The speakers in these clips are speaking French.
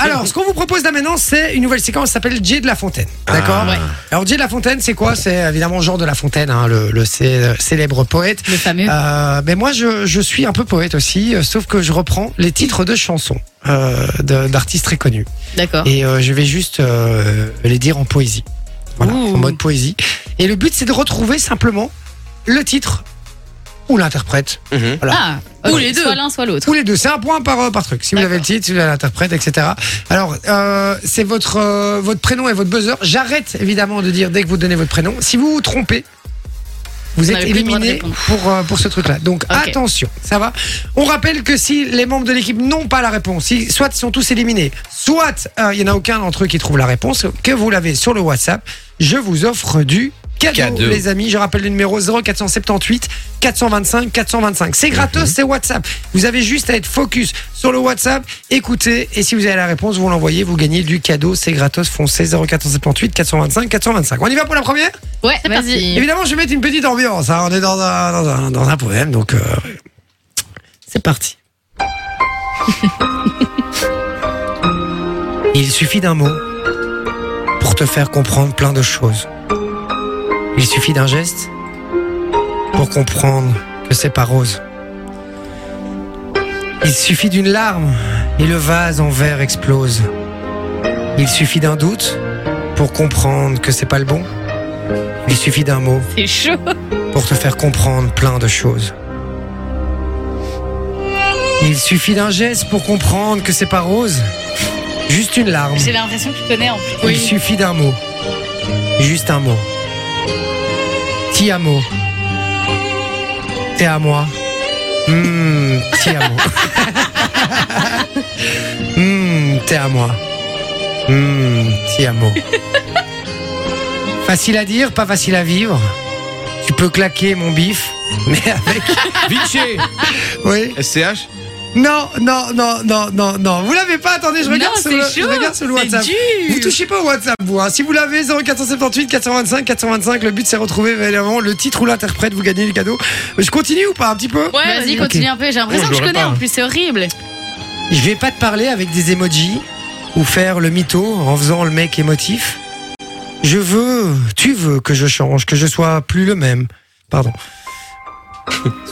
Alors, ce qu'on vous propose là maintenant, c'est une nouvelle séquence qui s'appelle Jay de la Fontaine. D'accord Ah. Ouais. Alors, Jay de la Fontaine, c'est quoi C'est évidemment Jean de la Fontaine, hein, le, le cé- célèbre poète. Le fameux. Euh, mais moi, je, je suis un peu poète aussi, euh, sauf que je reprends les titres de chansons euh, de- d'artistes très connus. Ah. D'accord. Et euh, je vais juste euh, les dire en poésie. Voilà, Ouh. en mode poésie. Et le but, c'est de retrouver simplement le titre ou l'interprète. Mhm. Ah, Ou ok, les deux. Soit l'un, soit l'autre. Ou les deux, c'est un point par, euh, par truc. Si vous D'accord. avez le titre, si vous avez l'interprète, etc. Alors, euh, c'est votre, euh, votre prénom et votre buzzer. J'arrête évidemment de dire dès que vous donnez votre prénom. Si vous vous trompez, vous Vous êtes n'avez plus le droit de éliminé répondre. pour, euh, pour ce truc-là. Donc Ok. attention, ça va. On rappelle que si les membres de l'équipe n'ont pas la réponse, si- soit ils sont tous éliminés, soit euh, il y n'y en a aucun d'entre eux qui trouve la réponse, que vous l'avez sur le WhatsApp, je vous offre du cadeau, Cadeau. les amis. Je rappelle le numéro 0478 425 425. C'est gratos, c'est WhatsApp. Vous avez juste à être focus sur le WhatsApp, écoutez, et si vous avez la réponse, vous l'envoyez, vous gagnez du cadeau, c'est gratos, foncez 0478 425 425. On y va pour la première Ouais, vas-y. Évidemment, je vais mettre une petite ambiance. hein. On est dans un, dans un, dans un poème, donc euh, c'est parti. Il suffit d'un mot pour te faire comprendre plein de choses. Il suffit d'un geste pour comprendre que c'est pas rose. Il suffit d'une larme et le vase en verre explose. Il suffit d'un doute pour comprendre que c'est pas le bon. Il suffit d'un mot C'est chaud. pour te faire comprendre plein de choses. Il suffit d'un geste pour comprendre que c'est pas rose, juste une larme. J'ai l'impression que tu connais en plus. Il suffit d'un mot, juste un mot. Ti amo. T'es à moi. Mmh, ti amo. Mmh, t'es à moi. Mmh, ti amo. Facile à dire, pas facile à vivre. Tu peux claquer mon bif, mais avec. Vinci Oui. SCH Non, non, non, non, non, non. Vous l'avez pas, attendez, je regarde, Non, sur, c'est le, chaud, je regarde sur le c'est WhatsApp. dur. Vous touchez pas au WhatsApp, vous. hein. Si vous l'avez, 0478 425 425, le but c'est retrouver évidemment le titre ou l'interprète, vous gagnez le cadeau. Je continue ou pas un petit peu Ouais, vas-y, Ok. continue un peu. J'ai l'impression Non, que je je l'aurais connais pas. en plus, c'est horrible. Je vais pas te parler avec des emojis ou faire le mytho en faisant le mec émotif. Je veux, tu veux que je change, que je sois plus le même. Pardon.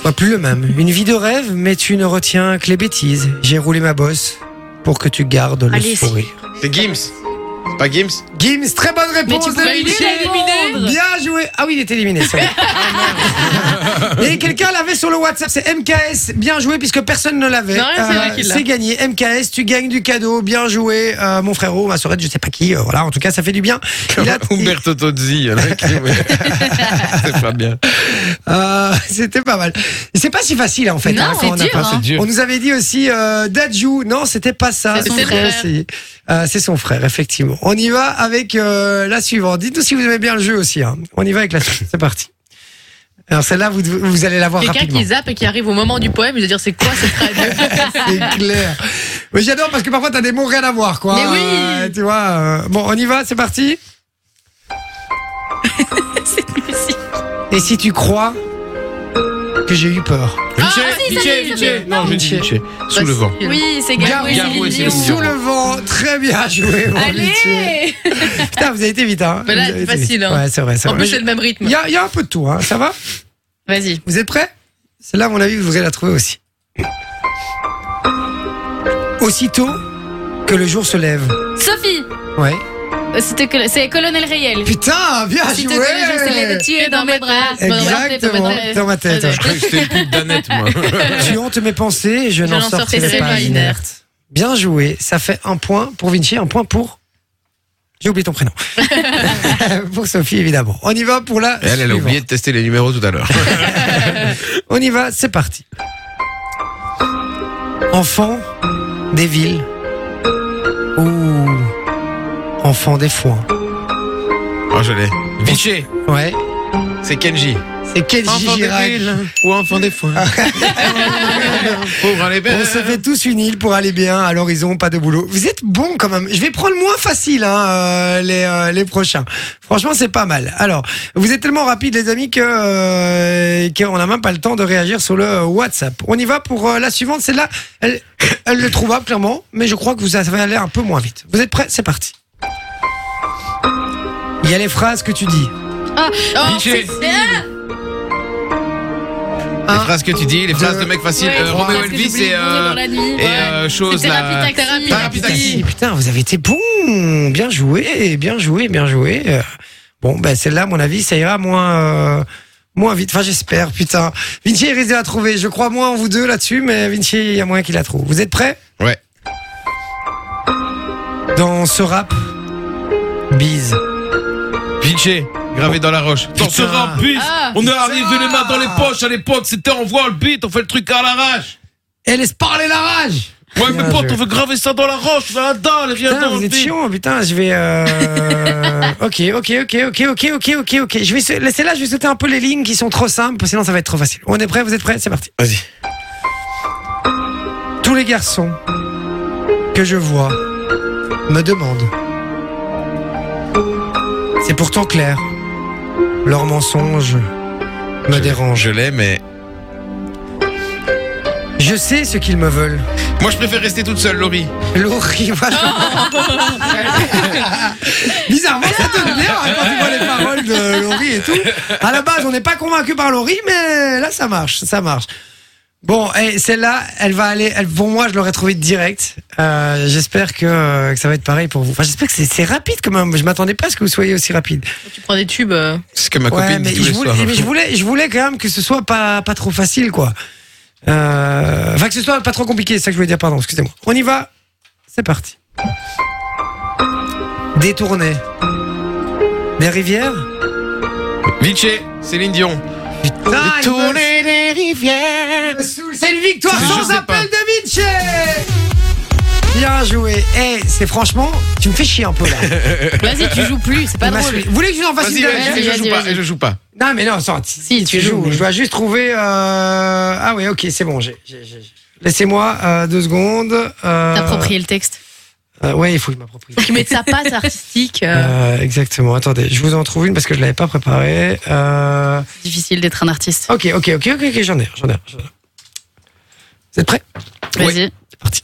Sois plus le même. Une vie de rêve, mais tu ne retiens que les bêtises. J'ai roulé ma bosse pour que tu gardes le Allez, si. sourire. C'est Gims C'est pas Gims Gims, très bonne Mais réponse tu de pouvais Vinci. éliminer. Bien joué. Ah oui, il est éliminé. c'est vrai. Ah, Et quelqu'un l'avait sur le WhatsApp, c'est MKS. Bien joué puisque personne ne l'avait. Euh, Non, c'est vrai qu'il l'a. c'est gagné. MKS, tu gagnes du cadeau. Bien joué, euh, mon frérot, ma sorette, je sais pas qui. euh, voilà, en tout cas, ça fait du bien. Il a- Umberto Tozzi. il y en a qui- C'est pas bien. Ah, Euh, C'était pas mal. C'est pas si facile en fait. Non, hein, quand c'est on a dur, pas- hein. C'est dur. On nous avait dit aussi euh, Dadju. Non, c'était pas ça. C'est son C'était frère. aussi- euh, C'est son frère, effectivement. On y va avec euh, la suivante. Dites-nous si vous aimez bien le jeu aussi. hein. On y va avec la suivante. C'est parti. Alors celle-là, vous, devez- vous allez la voir Quelqu'un rapidement. qui zappe et qui arrive au moment du poème, il va dire c'est quoi cette phrase C'est clair. Mais j'adore parce que parfois t'as des mots rien à voir, quoi. Mais oui. Euh, tu vois. euh, Bon, on y va. C'est parti. Cette musique. Et si tu crois que j'ai eu peur. Vinci, Ah, si, ça y est, Vinci, ça Vinci. y est. Non, je dis Vinci. Sous le vent. Oui, c'est Garou et Garou et Céline Céline Dion. Sous le vent, très bien joué. mon Vinci. Allez Putain, vous avez été vite, hein. Mais là, Vous avez c'est été facile, vite. hein. Ouais, c'est vrai, c'est En vrai. plus, c'est le même rythme. Il y a, il y a un peu de tout, hein. Ça va Vas-y. Vous êtes prêts Celle-là, à mon avis, vous devrez la trouver aussi. Aussitôt que le jour se lève. Sophie, Ouais. euh, c'était que- c'est Colonel Rayel. Putain, bien Si joué te connais, je sais les tuer dans mes bras. Ah, Exactement, dans ma tête. Je croyais que c'était le pute d'Annette, moi. Bah, Tu hantes mes pensées, je, n'en sortirai pas inerte. Bien joué, ça fait un point pour Vinci, un point pour. J'ai oublié ton prénom. pour Sophie, évidemment. On y va pour la. Elle, elle a suivante. oublié de tester les numéros tout à l'heure. On y va, c'est parti. Enfant des villes ou enfant des foins. Oh, Ah, je l'ai. Vinci Ouais. C'est Kenji. C'est Kenji Enfant Girac. débile ou enfant des foins. Pauvre hein, les belles. On se fait tous une île pour aller bien à l'horizon, pas de boulot. Vous êtes bons quand même. Je vais prendre moins facile hein, euh, les, euh, les prochains. Franchement, c'est pas mal. Alors, vous êtes tellement rapides les amis que euh, qu'on n'a même pas le temps de réagir sur le euh, WhatsApp. On y va pour euh, la suivante. Celle-là, elle, elle le trouva clairement, mais je crois que vous avez aller un peu moins vite. Vous êtes prêts C'est parti. Il y a les phrases que tu dis. Oh, Vinci. c'est- Ah Les phrases que tu dis, les phrases de mec facile. Ouais, Euh, c'est Roméo parce que Elvis j'oublie et, de manger euh, dans la nuit. et euh, chose C'était là. rapide taxi. Thérapie taxi. Taxi, putain, vous avez été bon, bien joué, bien joué, bien joué. Euh, Bon, ben celle-là, à mon avis, ça ira moins, euh, moins vite. Enfin, j'espère, putain. Vinci et Rizé à trouver. Je crois moins en vous deux là-dessus, mais Vinci, il y a moyen qu'il la trouve. Vous êtes prêts Ouais. Dans ce rap, bise. Vinci, gravé dans la roche. Putain. On se rend bus. Ah. On est arrivé les mains dans les poches à l'époque. C'était on voit le beat, on fait le truc à l'arrache. Et laisse parler la rage Ouais, Bien mais pote, joué. on veut graver ça dans la roche, dans la dalle, rien Putain, dans vous le êtes beat. chiant, putain, je vais... Euh... ok, ok, ok, ok, ok, ok, ok, ok. Je vais... sa- Laissez là, je vais sauter un peu les lignes qui sont trop simples, sinon ça va être trop facile. On est prêts, vous êtes prêts C'est parti. Vas-y. Tous les garçons que je vois me demandent. C'est pourtant clair. Leurs mensonges me dérangent. Je l'ai, mais. Je sais ce qu'ils me veulent. Moi, je préfère rester toute seule, Laurie. Laurie, voilà. Bizarrement, ça donne bien hein, quand tu vois les paroles de Laurie et tout. À la base, on n'est pas convaincu par Laurie, mais là, ça marche, ça marche. Bon, et celle-là, elle va aller. Elle, pour moi, je l'aurais trouvée direct. Euh, j'espère que, que ça va être pareil pour vous. Enfin, j'espère que c'est, c'est rapide quand même. Je m'attendais pas à ce que vous soyez aussi rapide. Tu prends des tubes. euh. C'est ce que ma Ouais, copine mais dit tous je les voulais, soirs. mais je voulais, je voulais quand même que ce soit pas pas trop facile, quoi. Euh, Enfin, que ce soit pas trop compliqué. C'est ça que je voulais dire. Pardon, excusez-moi. On y va. C'est parti. Détourner des rivières. Vinci, Céline Dion. Putain, Ah, il me- les rivières. C'est une victoire Je sans sais appel de Vinci Bien joué. Eh, c'est franchement, tu me fais chier un peu là. Vas-y, tu joues plus, c'est pas Il m'a drôle. saoulé. Euh, Vous voulez que je vous en fasse une Vas-y, vas-y, dernière vas-y, je joue vas-y, pas. vas-y. Je joue pas. Non, mais non, attends, t- Si, tu joues, mais- Je dois juste trouver. euh, Ah oui, ok, c'est bon. j'ai- j'ai- j'ai- Laissez-moi euh, deux secondes. euh, T'approprier le texte. euh, ouais, il faut que je m'approprie. Tu mets de sa patte artistique. euh, Euh, exactement. Attendez, je vous en trouve une parce que je l'avais pas préparée. Euh, Difficile d'être un artiste. Ok, ok, ok, ok, ok, j'en ai, j'en ai, j'en ai. Vous êtes prêts Ah, Vas-y. C'est parti.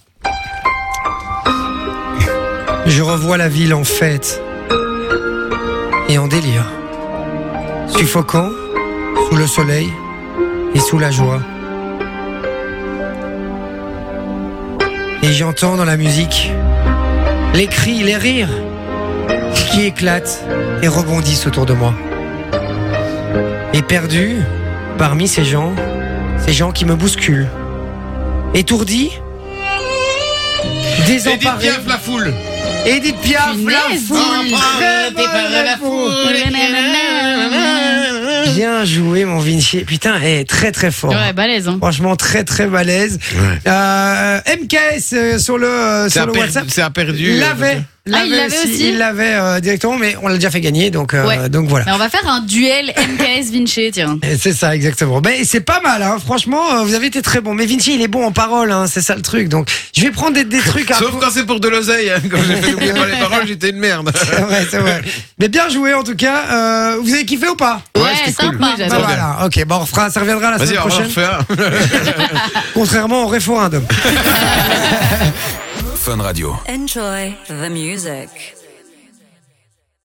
Je revois la ville en fête et en délire, suffocant sous le soleil et sous la joie. Et j'entends dans la musique les cris, les rires qui éclatent et rebondissent autour de moi. Et perdu parmi ces gens, ces gens qui me bousculent, étourdi, Edith désemparé. Piaf, la foule. Edith Piaf, la Punaise, foule. dis. hein. Très bonne Oh, réponse. Bien joué, mon Vinci. Putain, eh, très très fort. Ouais, balèze, hein. Franchement, très très balèze. Ouais. Euh, MKS euh, sur le, euh, C'est sur un le perdu- WhatsApp. C'est un perdu. euh, L'avait. Ah, il l'avait aussi Il l'avait euh, directement, mais on l'a déjà fait gagner, donc, euh, Ouais. donc voilà. Mais on va faire un duel MKS Vinci, tiens. Et C'est ça, exactement. Mais c'est pas mal, hein. franchement, euh, vous avez été très bon. Mais Vinci, il est bon en parole, hein, c'est ça le truc. Donc, je vais prendre des, des trucs à Sauf quand c'est pour de l'oseille. hein. Quand j'ai fait oublier pas les paroles, j'étais une merde. C'est vrai, c'est vrai. Mais bien joué, en tout cas. Euh, vous avez kiffé ou pas Ouais, Ouais, c'était sympa, cool. moi, Bah j'adore. bien. voilà, ok, bon, on refera, ça reviendra la Vas-y, semaine on va en prochaine. refaire un. Contrairement au référendum. Enjoy the music.